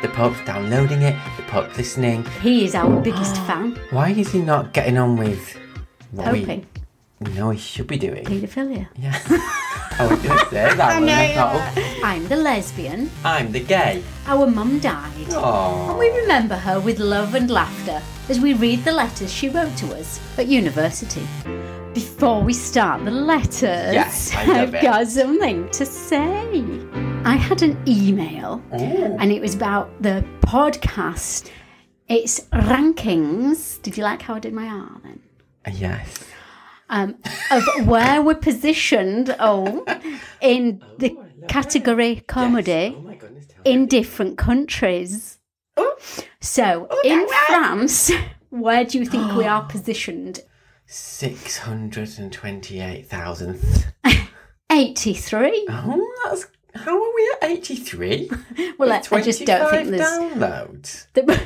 The Pope's downloading it, the Pope's listening. He is our biggest fan. Why is he not getting on with what Hoping. we know he should be doing? Paedophilia. Yeah. I was going to say that one. I thought, I'm the lesbian. "Oh, I'm the gay. Our mum died. Oh. We remember her with love and laughter as we read the letters she wrote to us at university. Before we start the letters, Yes, I love have it. got something to say. I had an email Oh. and it was about the podcast. It's rankings. Did you like how I did my R then? Yes. um, of where we're positioned oh, in the category comedy Oh my goodness. tell me. in different countries. So, Oh, in France, where do you think we are positioned? 628,000th. 83. Oh, that's. How are we at 83? Well, I, I just don't think there's. downloads. There, there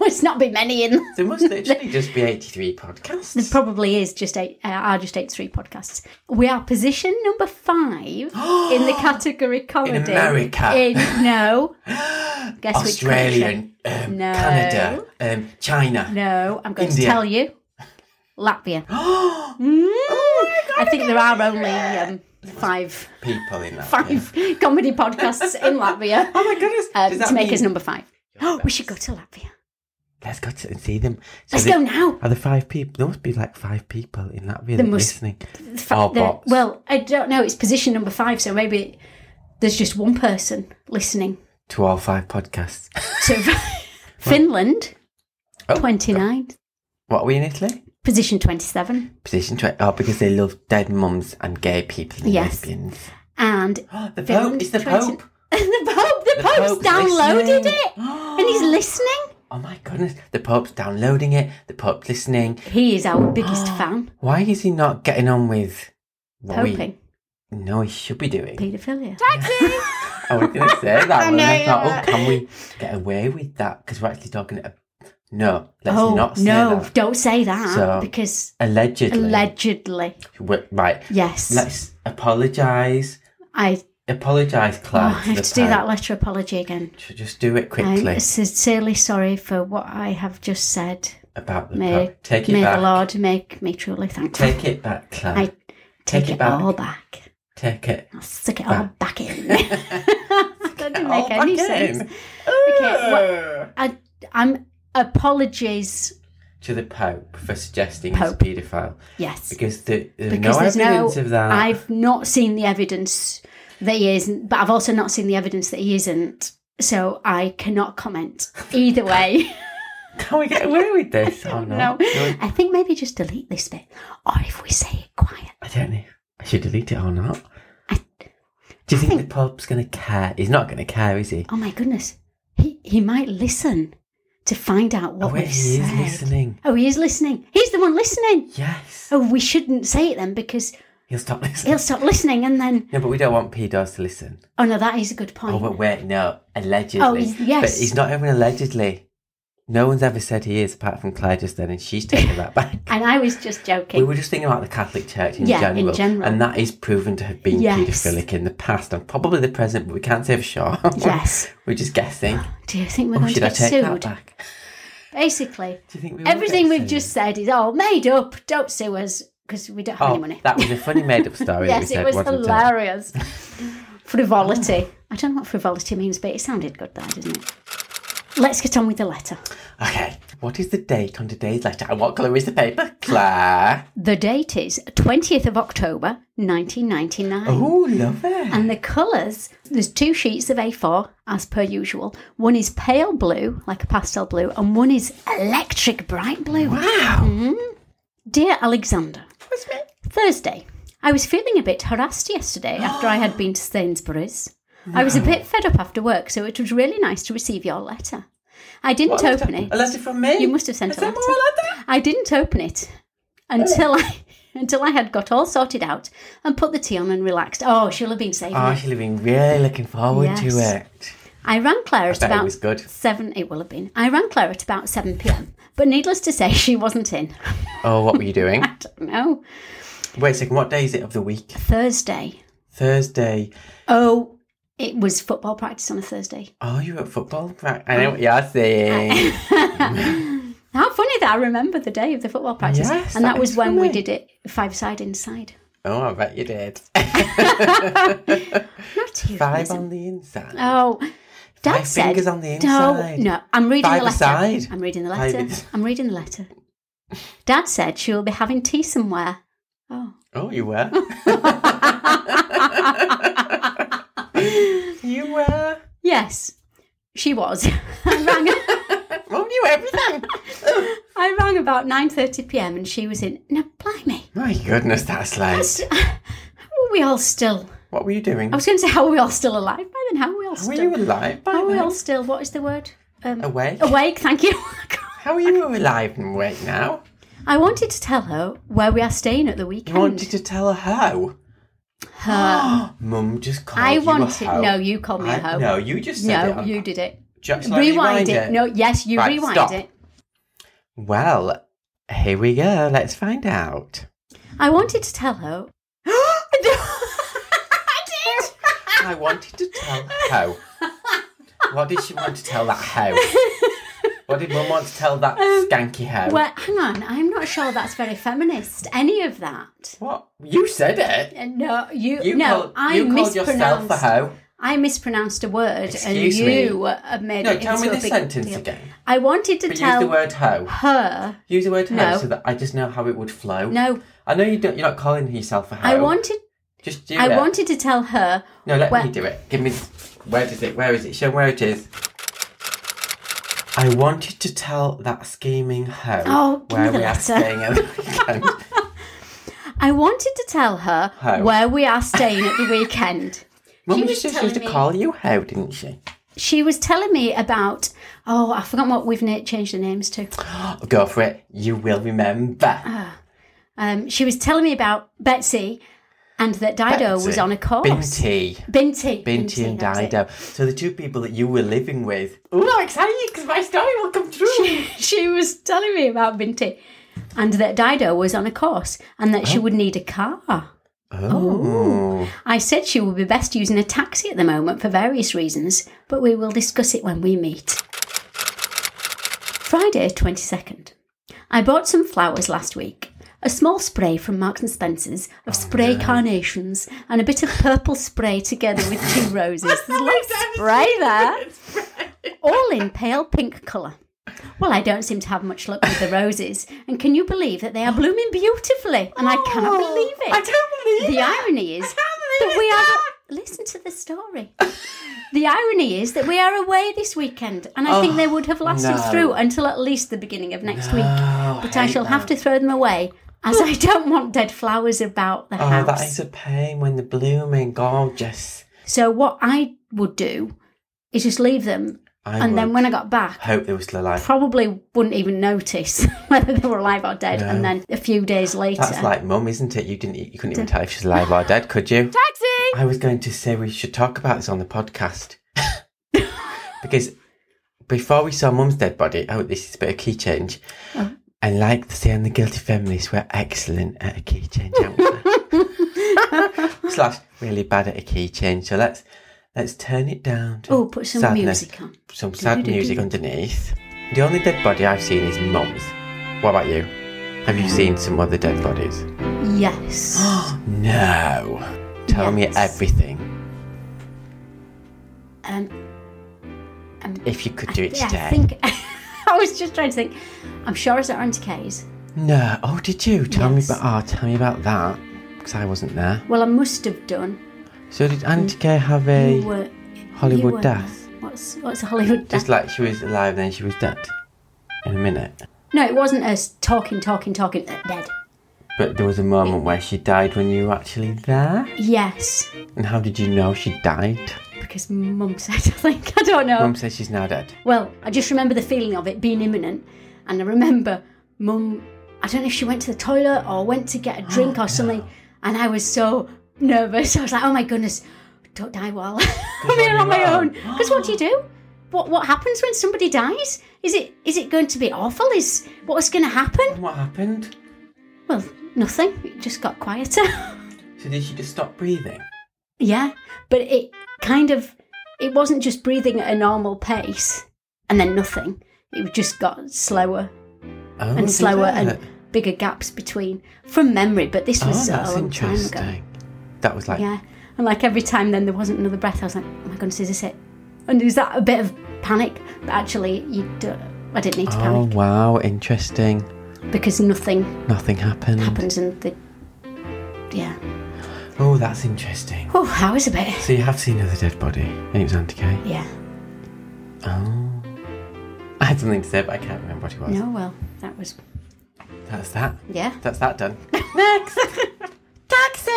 must not be many in. There must literally just be 83 podcasts. There probably is just eight, uh, are just eight three podcasts. We are position number five in the category comedy. America. In, no. Guess which country? Australian, um, No. Canada, um, China. No, I'm going India. to tell you. Latvia. Mm. I think there are only um, five People in that. five comedy podcasts in Latvia Oh my goodness. um, Does that to make mean- us number five. Oh, we should go to Latvia. Let's go to and see them. So Let's they- go now. Are there five people? There must be like five people in that really must- listening. The fa- Oh, the- bots. well, I don't know. It's position number five, so maybe there's just one person listening to all five podcasts. to Finland, Oh. 29, What are we in Italy? position 27, Position 20. Oh, because they love dead mums and gay people and Yes. lesbians. and Oh, the Pope. Finland It's the 20 Pope. the Pope, the, The Pope's, Pope's downloaded listening. it, and he's listening. Oh my goodness. The Pope's downloading it. The Pope's listening. He is our biggest fan. Why is he not getting on with what Hoping. we know he should be doing? Paedophilia. I was going to say that. I, know I you thought, were. oh, can we get away with that? Because we're actually talking. ab- No, let's oh, not say no, that. don't say that So- because Allegedly. allegedly. We're- right. Yes. Let's apologise. I, Apologise, oh, Claire. I to the have to do Pope. that letter apology again. Should just do it quickly I'm sincerely sorry for what I have just said. about the May, Pope. Take it may back. the Lord make me truly thankful. Take it back, Claire. I take, take it, it back. all back. Take it. I'll stick it all back in. that didn't all make any back in. sense. Okay, what- Ugh. I, I'm apologies. to the Pope for suggesting Pope. he's a paedophile Yes. because the, there's because no there's evidence no, of that. I've not seen the evidence that he isn't, but I've also not seen the evidence that he isn't. So I cannot comment either way. Can we get away with this? oh no, no. No, I think maybe just delete this bit, or if we say it quiet, I don't know. I should delete it or not. I- Do you think, the Pope's going to care? He's not going to care, is he? oh my goodness, he he might listen to find out Oh, what wait, we've he is said. listening. Oh, he is listening. He's the one listening. Yes. Oh, we shouldn't say it then because He'll stop listening. he'll stop listening, and then No, but we don't want pedos to listen. oh no, that is a good point. Oh, but wait, no. Allegedly. Oh, he's- yes. But he's not even allegedly. No one's ever said he is, apart from Claire just then, and she's taking that back. and I was just joking. We were just thinking about the Catholic Church in, Yeah, in general, general. and that is proven to have been Yes. paedophilic in the past and probably the present, but we can't say for sure. yes. we're just guessing. Do you think we're Oh, going to should I get take that sued? back? Basically, Do you think we will everything get we've sued? just said is all made up. Don't sue us because we don't have Oh, any money. that was a funny made-up story. that we yes, said, it was wasn't uh, hilarious. frivolity. I don't know what frivolity means, but it sounded good there, didn't it? Let's get on with the letter. Okay, what is the date on today's letter, and what colour is the paper, Claire? The date is 20th of October 1999. Oh, love it. And the colours, there's two sheets of A4 as per usual. One is pale blue, like a pastel blue, and one is electric bright blue. wow. hmm. Dear Alexander, What's it? Thursday. I was feeling a bit harassed yesterday after I had been to Sainsbury's. I was a bit fed up after work, so it was really nice to receive your letter. I didn't What open letter? it. A letter from me? You must have sent Is a there letter. more letter? I didn't open it until I until I had got all sorted out and put the tea on and relaxed. Oh, she'll have been saving Oh, it. she'll have been really looking forward to Yes. it. I rang Claire at bet it about was good. seven. It will have been. I rang Claire at about seven p.m. But needless to say, she wasn't in. Oh, what were you doing? I don't know. Wait a second, what day is it of the week? Thursday. Thursday. Oh, It was football practice on a Thursday. Oh, you were at football practice. I know what you're saying. How funny that I remember the day of the football practice. Yes, and that that was is when we funny. did it five side inside. oh, I bet you did. Not you. Five Liz. on the inside. Oh, Dad Five said. fingers on the no, inside. no, I'm reading Five the letter. aside. I'm reading the Five letter. is- I'm reading the letter. Dad said she will be having tea somewhere. Oh. Oh, you were. you were. yes, she was. I rang her. Mum knew Oh, everything. I rang about 9:30 p.m. and she was in. Now, blimey, My goodness, that's that's- late. how are we all still? What were you doing? I was going to say, how are we all still alive by then? How are we all How were still? you alive by how are we then? all still? What is the word? Um, Awake? awake. Thank you. How are you alive and awake now? I wanted to tell her where we are staying at the You weekend. wanted to tell her how? her. Mum just called I you wanted. a hoe. No, you called me a I- hoe. No, you just said it. No, on- you did it. Just like Rewind it. No, yes, you Right, rewind stop. it. Well, here we go. Let's find out. I wanted to tell her. I did. I wanted to tell how. What did she want to tell that how? What did Mum want to tell that skanky how? Um, Well, hang on. I'm not sure that's very feminist. Any of that. What? You said it. Uh, No, you, You no. called, I you called yourself mispronounced. a hoe. I mispronounced a word, Excuse and me. you uh, made No, it tell into me a this big sentence deal. again. I wanted to But use the tell word how. her. Use the word how No. so that I just know how it would flow. No, I know you don't, you're not calling yourself a hoe. I wanted. Just do I it. wanted to tell her. No, let Where- me do it. Give me. Where is it? Where is it? Show where it is. I wanted to tell that scheming hoe Oh, give me where the we are letter. staying at the weekend. I wanted to tell her How? where we are staying at the weekend. Mum was used to, she telling used to me- call you hoe, didn't she? She was telling me about. Oh, I forgot what we've na- changed the names to. Go for it. You will remember. Um, she was telling me about Betsy, and that Dido was Betsy. on a course. Binti. Binti. Binti and that's it. Dido. So the two people that you were living with. Ooh, I'm excited because my story will come true. she was telling me about Binti and that Dido was on a course and that she would need a car. Oh. I said she would be best using a taxi at the moment for various reasons, but we will discuss it when we meet. Friday, 22nd. I bought some flowers last week. A small spray from Marks and Spencer's Oh, of spray carnations and a bit of purple spray together with two roses. There's a lot of spray there. All in pale pink colour. Well, I don't seem to have much luck with the roses, and can you believe that they are blooming beautifully? And I cannot believe it Oh, I can't believe the it. irony is can't that we are. Listen to the story. the irony is that we are away this weekend, and I think they would have lasted Oh, no. through until at least the beginning of next week. Oh, But I hate shall that. have to throw them away, as I don't want dead flowers about the Oh, house. that is a pain when they're blooming gorgeous. So what I would do is just leave them, I and then would when I got back. hope they were still alive. Probably wouldn't even notice whether they were alive or dead, and then a few days later, That's like mum, isn't it? You didn't, you couldn't even tell if she's alive or dead, could you? taxi. I was going to say we should talk about this on the podcast because before we saw Mum's dead body, oh, this is a bit of key change. Uh-huh. And like they say on the Guilty Feminist, we're excellent at a key change, aren't we? Slash, really bad at a key change. So let's let's turn it down. To Oh, put some sadness. music on. Some sad music underneath. The only dead body I've seen is Mum's. What about you? Have you seen some other dead bodies? Yes. No. Tell me Yes. everything. Um, If you could do it Yeah, today. I think I was just trying to think. I'm sure it's at Auntie Kay's. No. Oh, did you? Tell Yes. me about. Oh, tell me about that. Because I wasn't there. Well, I must have done. So did Auntie Kay have You a were you Hollywood were- death? What's what's a Hollywood death? Just like she was alive, then she was dead. In a minute. no, it wasn't us talking, talking, talking. uh, dead. But there was a moment where she died when you were actually there. Yes, And how did you know she died? because Mum said. I think I don't know. Mum says she's now dead. Well, I just remember the feeling of it being imminent, and I remember Mum. I don't know if she went to the toilet or went to get a drink or something, and I was so nervous. I was like, "Oh my goodness, don't die while I'm here you're on my on own." your own. Because what do you do? What what happens when somebody dies? Is it is it going to be awful? Is what's going to happen? And what happened? Well, nothing. It just got quieter. So did she just stop breathing? yeah, but it kind of, it wasn't just breathing at a normal pace and then nothing. It just got slower Oh, and did slower it? and bigger gaps between from memory. But this oh, was a that's long time ago. interesting. That was like Yeah, and like every time, then there wasn't another breath. I was like, "Oh my goodness, is this it?" And is that a bit of panic? But actually, you don't, I didn't need to Oh panic wow, interesting. because nothing Nothing happened. happens, and the yeah. Oh, that's interesting. Oh, I was a bit So you have seen another dead body, and it was Auntie Kay. yeah. Oh, I had something to say, but I can't remember what it was. No, well, that was That's that. yeah. That's that done. Next. Taxi.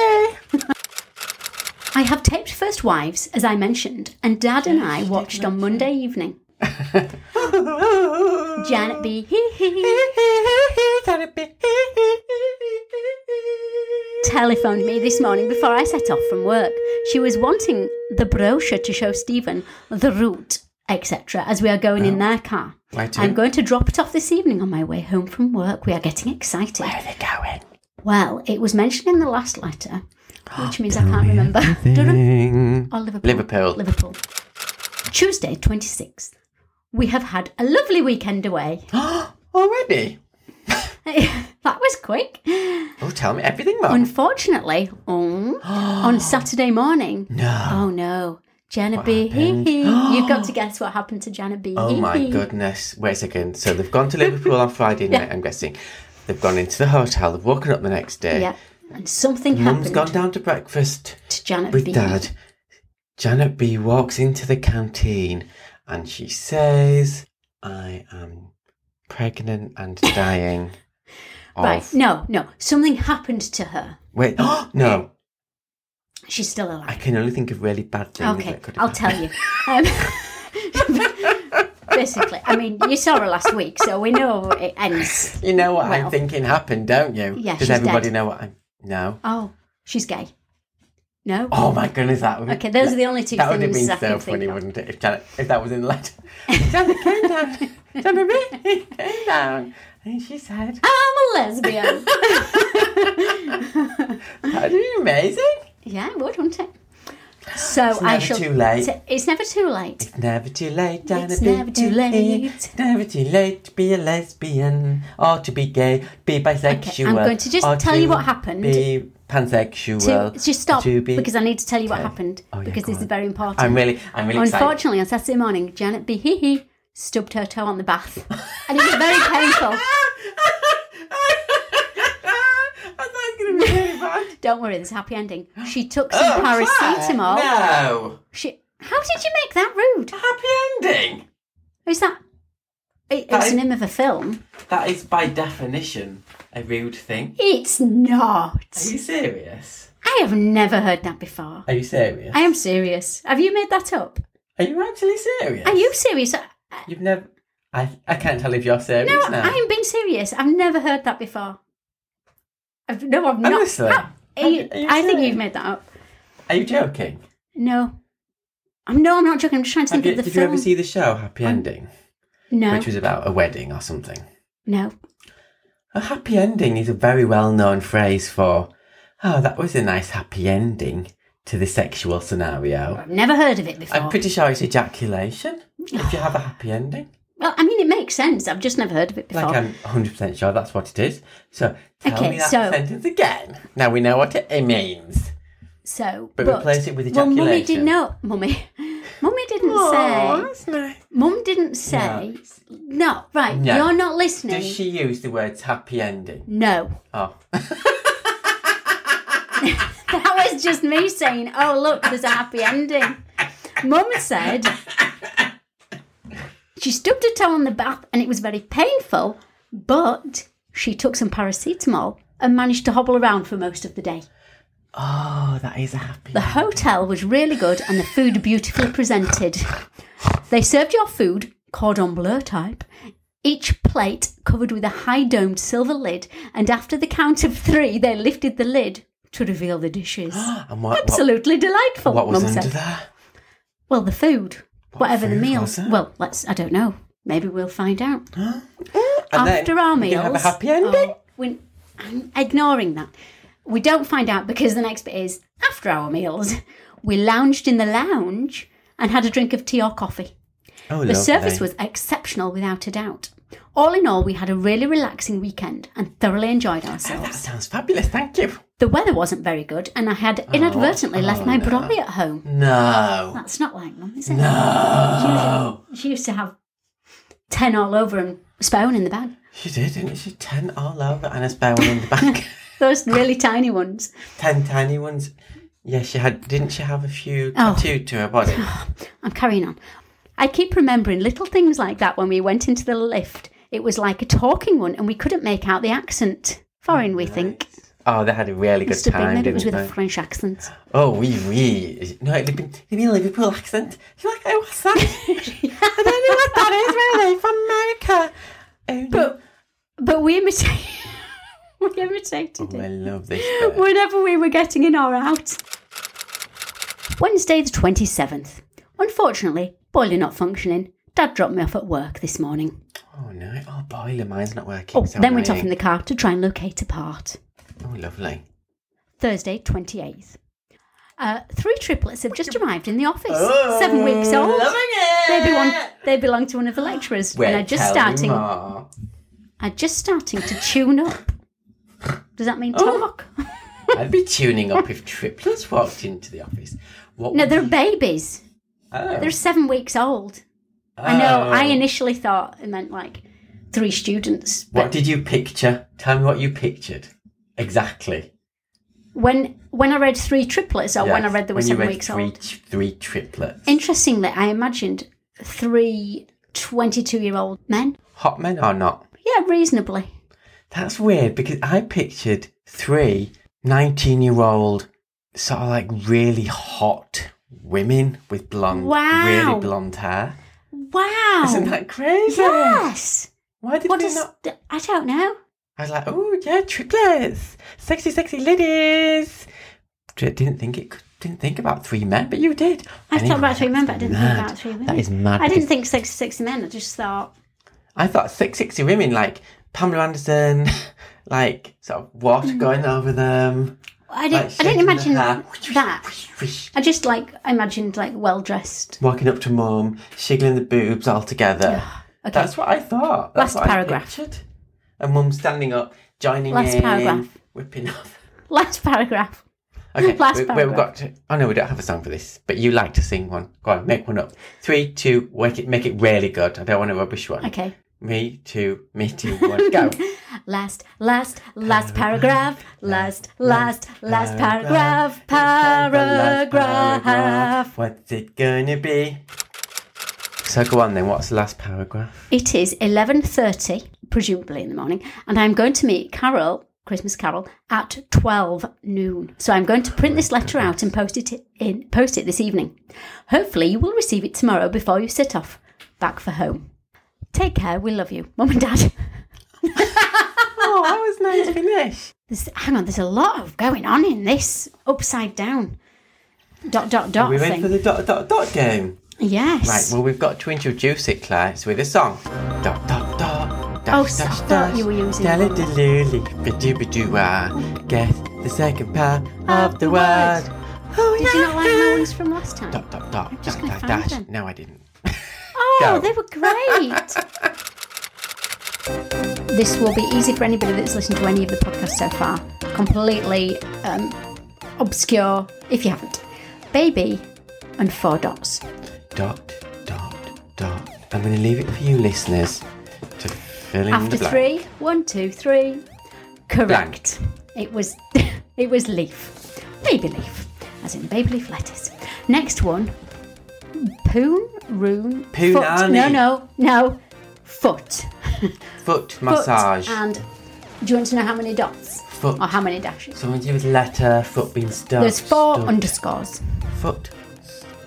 I have taped First Wives, as I mentioned, and Dad and I watched on Monday evening. Janet B. Hee hee. telephoned me this morning before I set off from work. She was wanting the brochure to show Stephen the route, etc., as we are going in their car. Where to? I'm going to drop it off this evening on my way home from work. We are getting excited. Where are they going? Well, it was mentioned in the last letter, which means I Tell can't me remember. Durham everything. or Liverpool? Liverpool. Liverpool. Tuesday, 26th. We have had a lovely weekend away. Already? that was quick. Oh, tell me everything, Mum. Unfortunately, on, on Saturday morning, no. Oh no, Janet B. Hee happened? hee. You've got to guess what happened to Janet B. Oh Hee my hee. goodness. Wait a second. So they've gone to Liverpool on Friday night, I'm guessing. They've gone into the hotel, they've woken up the next day. Yeah, and something Mum's happened gone down to breakfast to Janet with B. Dad. Janet B walks into the canteen and she says, I am pregnant and dying of. Right? No, no, something happened to her. Wait, oh, no. She's still I alive. can only think of really bad things okay, that could I'll have tell you. Um, basically, I mean, you saw her last week, so we know it ends. You know what I'm Well- thinking happened, don't you? Yeah, Does she's everybody dead. know what I'm? No. Oh, she's gay. No. Oh my goodness, that would. Okay, those are the only two That would have things been I so can think funny, of. wouldn't it? If Janet, if that was in the letter. Janet came down. Janet really came down, and she said, I'm a lesbian. "That'd be amazing." yeah, it would, wouldn't it? So It's I never shall. too late. It's never too late. It's never too late, Janet. It's never too late. It's never too late to be a lesbian or to be gay, be bisexual. Okay, I'm going to just or tell to you what happened. Be pansexual. to just stop to be- because I need to tell you what Okay. happened Oh, yeah, because go this is on. very important. I'm really, I'm really excited. Unfortunately, on Saturday morning, Janet B. Hee Hee stubbed her toe on the bath, and it was very painful. I thought it was going to be really bad. Don't worry, there's a happy ending. She took Oh, some paracetamol. No. She, how did you make that rude? Happy ending. Is that? It, That it's is- the name of a film. That is by definition a rude thing. It's not. Are you serious? I have never heard that before. Are you serious? I am serious. Have you made that up? Are you actually serious? Are you serious? I- You've never. I, I can't tell if you're serious No, now. I'm being serious. I've never heard that before. I've, no, I've not. Honestly. Ah, Are you- Are you I think serious? you've made that up. Are you joking? No. I'm no, I'm not joking. I'm just trying to Have think you, of the did you film. ever see the show Happy Ending? no, Which was about a wedding or something. no. A happy ending is a very well known phrase for, oh, that was a nice happy ending to the sexual scenario. I've never heard of it before. I'm pretty sure it's ejaculation if you have a happy ending. well, I mean, it makes sense. I've just never heard of it before. Like, I'm 100% sure that's what it is. So, tell Oh. Okay, me that so- sentence again. Now we know what it means. so, But replace it with Well, mummy ejaculation. didn't know. Mummy, mummy didn't say. that's nice. Mum didn't say. No, right. No. You're not listening. Does she use the words happy ending? no, Oh, that was just me saying. Oh, look, there's a happy ending. Mum said she stubbed her toe on the bath and it was very painful, but she took some paracetamol and managed to hobble around for most of the day. oh, that is a happy. The hotel was really good and the food beautifully presented. They served your food, cordon bleu type, each plate covered with a high domed silver lid, and after the count of three, they lifted the lid to reveal the dishes. and what, what, Absolutely delightful, what was Mum under said. there? Well, the food, whatever the food meals. was it? Well, let's. I don't know. Maybe we'll find out And then after our we meals. can have a happy ending. Oh, we- I'm ignoring that. We don't find out because the next bit is after our meals. We lounged in the lounge and had a drink of tea or coffee. Oh, The lovely. service was exceptional without a doubt. All in all, we had a really relaxing weekend and thoroughly enjoyed That ourselves. sounds fabulous. Thank you. The weather wasn't very good, and I had Oh, inadvertently left my brolly at home. No. That's not like mum, is it? No. She used to have 10 all over and spoon in the bag. She did, didn't she? Ten Oh, all over and a spare one in the back. Those really tiny ones. Ten tiny ones. Yeah, she had. Didn't she have a few Oh. tattooed to her body? I'm carrying on. I keep remembering little things like that when we went into the lift. It was like a talking one, and we couldn't make out the accent. Foreign, we think. Oh, they had a really good Must have been, time, maybe it was didn't with they? a French accent. Oh, oui, oui. No, it'd been, it'd been a Liverpool accent. She's like, oh, what's that? I don't know what that is, really, from America. Oh, But but we imitated. we imitated no. it Oh, I love this bit. whenever we were getting in or out. Wednesday the twenty seventh. Unfortunately, boiler not functioning. Dad dropped me off at work this morning. Oh, no. Oh, boiler, mine's not working. Oh, so then went off in annoying. the car to try and locate a part. Oh, lovely. Thursday, 28th. Uh, three triplets have just arrived in the office, Oh, seven weeks old. They belong, they belong to one of the lecturers, Well, and are just tell me starting. more. Are just starting to tune up. Does that mean talk? I'd be tuning up if triplets walked into the office. What No, would- they're babies. Oh. They're seven weeks old. I know. Oh. I initially thought it meant like three students, but What did you picture? Tell me what you pictured. Exactly. when when I read three triplets, or when I Yes, read they were you seven read weeks three, old, Three triplets. interestingly, I imagined three 22 year old men. Hot men or not? Yeah, reasonably. That's weird because I pictured three 19 year old, sort of like really hot women with blonde, Wow. really blonde hair. Wow. Isn't that crazy? yes. Why did What we is? not? th- I don't know. I was like, oh yeah, triplets, sexy, sexy ladies. Dri- Didn't think it. could- Didn't think about three men, but you did. I thought about that's three men, but I didn't think mad. about three women. That is mad. I because didn't think six six men. I just thought I thought six sexy women like Pamela Anderson, like sort of water going over them. Mm. I didn't. like I didn't shaking the imagine hair. that. I just like imagined like well dressed. walking up to mum, shiggling the boobs all together. Okay. That's what I thought. That's Last what I paragraph. pictured. and mum standing up, joining Last in, paragraph. whipping off. Last paragraph. Okay, Last we, we- we've got. To, oh no, we don't have a song for this, but you like to sing one. Go on, make one up. Three, two, make it, make it really good. I don't want a rubbish one. Okay. Me too, me too. One, go. Last, last, last paragraph. Last, last, last paragraph. Last Paragraph. What's it gonna be? So go on then. What's the last paragraph? It is 11:30, presumably in the morning, and I'm going to meet Carol, Christmas Carol, at 12 noon. So I'm going to print this letter out and post it in post it this evening. Hopefully you will receive it tomorrow before you set off back for home. Take care, we love you. Mum and Dad. Oh, that was nice finish. There's, hang on, there's a lot of going on in this upside down. Dot dot dot We went thing. for the dot dot dot game. yes. Right, well, we've got to introduce it, Claire. It's with a song. Dot, dot, dot. Dash, Oh, so I thought you were using- Dalidalooly, badoo ah. Guess the second part of the word. Oh, yeah. Did you not like my ones from last time? Dot, dot, dot. just Dot, gonna dot, find dash. them. No, I didn't. Oh, Go. they were great. this will be easy for anybody that's listened to any of the podcasts so far. Completely um, obscure if you haven't. Baby and four dots. Dot, dot, dot. I'm going to leave it for you listeners to fill in After the blank. three, one, two, three. Correct. It was it was leaf. Baby leaf. As in baby leaf lettuce. Next one. Poon, roon, foot. Poonani. No, no, no. Foot. Foot foot massage. And do you want to know how many dots? Foot. Or how many dashes? Someone give us a letter. Foot being stuck. There's four stuck. underscores. Foot.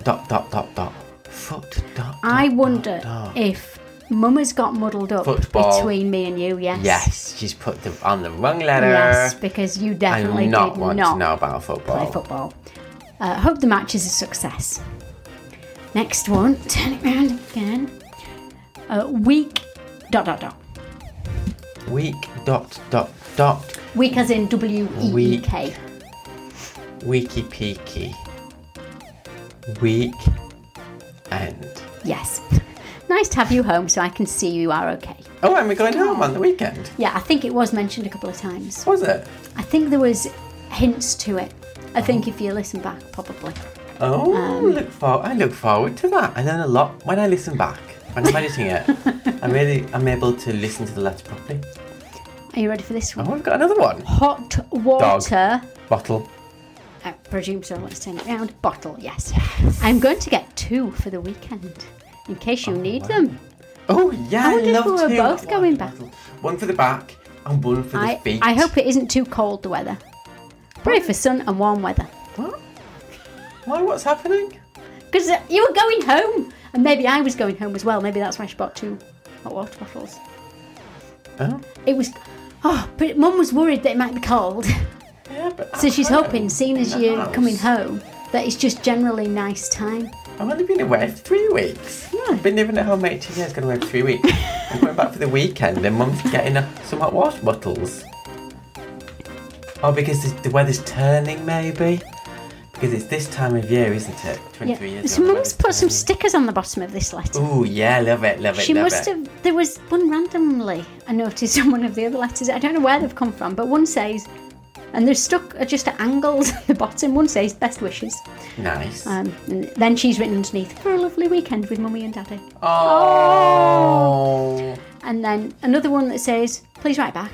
Dot, dot, dot, dot. Foot, dot, I dot, wonder dot, dot. if Mum has got muddled up Football. between me and you, yes. Yes, she's put the, on the wrong letter. Yes, because you I definitely do not did want not to know about football. play football. Uh, hope the match is a success. Next one, turn it round again. Uh, week, dot dot dot. Week dot dot dot Week as in W E E K. weeky peaky. week end. Yes. Nice to have you home so I can see you are okay. Oh, and we're going home on the weekend. Yeah, I think it was mentioned a couple of times. Was it? I think there was hints to it. I think if you listen back, probably. Oh, Um, look for I look forward to that. I learn a lot when I listen back. When I'm editing it, I'm really I'm able to listen to the letter properly. Are you ready for this one? Oh, I've got another one. Hot water. Bottle. I presume so. Let's turn it round. Bottle, yes. I'm going to get two for the weekend in case you need wow. them. Oh yeah, I I, wonder if love we were to. both going back. bottle. One for the back and one for the I, feet. I hope it isn't too cold the weather. Pray for sun and warm weather. What? Why? What's happening? Because uh, you were going home, and maybe I was going home as well. Maybe that's why she bought two hot water bottles. Oh. It was. Oh, but Mum was worried that it might be cold. Yeah, but So I'm she's home hoping, seeing in as the you're house. coming home, that it's just generally nice time. I've only been away for three weeks. Yeah. I've been living at home 18 years, going away for three weeks. I'm going back for the weekend and mum's getting uh, some hot water bottles. Oh, because the, the weather's turning maybe? Because it's this time of year, isn't it? 23 Yeah. years So ago, the Mum's put some weather's stickers on the bottom of this letter. turning. Ooh, yeah, love it, love it, She love must it. have. There was one randomly I noticed in one of the other letters. I don't know where they've come from, but one says, and they're stuck at just at angles at the bottom. One says, best wishes. Nice. Um, and then she's written underneath, for a lovely weekend with mummy and daddy. oh. And then another one that says, please write back.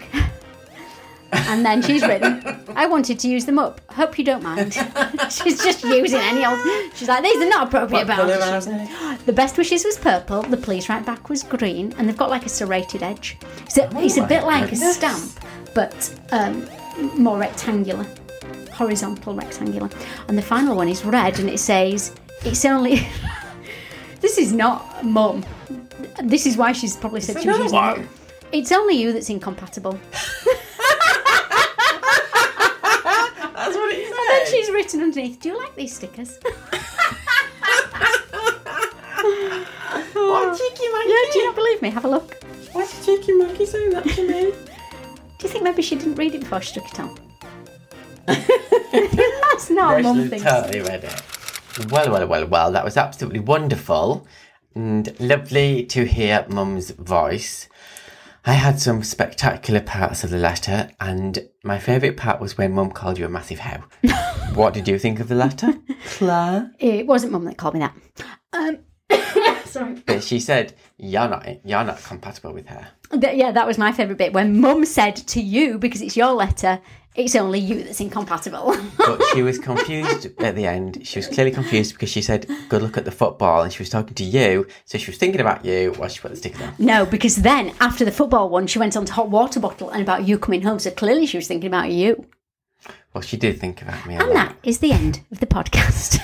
and then she's written, I wanted to use them up. Hope you don't mind. she's just using any old. She's like, these are not appropriate What colour boundaries. are they? The best wishes was purple, the please right back was green, and they've got like a serrated edge. So it's a Oh my bit like a goodness. stamp, but um, more rectangular, horizontal rectangular. And the final one is red, and it says, It's only. this is not mum. This is why she's probably said she was Another using one. mum. It's only you that's incompatible. That's what it Then said. she's written underneath, Do you like these stickers? What cheeky monkey? yeah, do you not believe me? Have a look. Why's the cheeky monkey saying that to me? Do you think maybe she didn't read it before she took it on? That's not a mum Absolutely thing. totally read it. Well, well, well, well, that was absolutely wonderful and lovely to hear Mum's voice. I had some spectacular parts of the letter, and my favourite part was when Mum called you a massive hoe. what did you think of the letter, Claire? It wasn't mum that called me that. Um, sorry. But she said you're not you're not compatible with her. Th- yeah, that was my favourite bit when mum said to you, because it's your letter, it's only you that's incompatible. But she was confused at the end. She was clearly confused because she said, "Good look at the football," and she was talking to you, so she was thinking about you while she put the sticker on. no, because then after the football one, she went on to hot water bottle and about you coming home. So clearly she was thinking about you. Well, she did think about me. a And lot. that is the end of the podcast.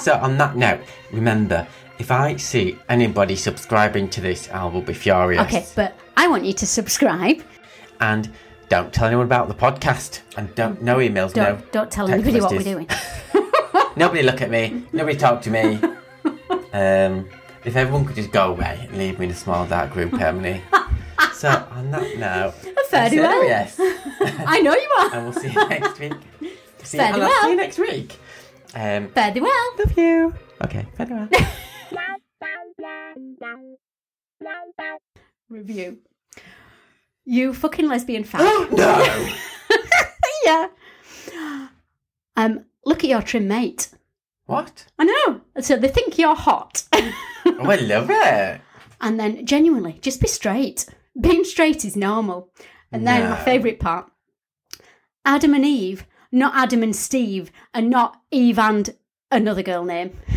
So on that note, remember, if I see anybody subscribing to this, I will be furious. okay, but I want you to subscribe. And don't tell anyone about the podcast. And don't no emails, Don't, no. don't tell text anybody what we're messages. doing. Nobody look at me. Nobody talk to me. um, if everyone could just go away and leave me in a small dark room permanently. so on that note, Fair I'm well. serious. I know you are. and we'll see you next week. See Fair and I'll see well. you next week. Um, Fare thee well. love you. Okay, farewell. Review. You fucking lesbian fag. no. yeah. Um, look at your trim mate. What? I know. So they think you're hot. Oh, I love it. and then genuinely, just be straight. Being straight is normal. And then my No. favourite part Adam and Eve, not Adam and Steve, and not Eve and another girl name.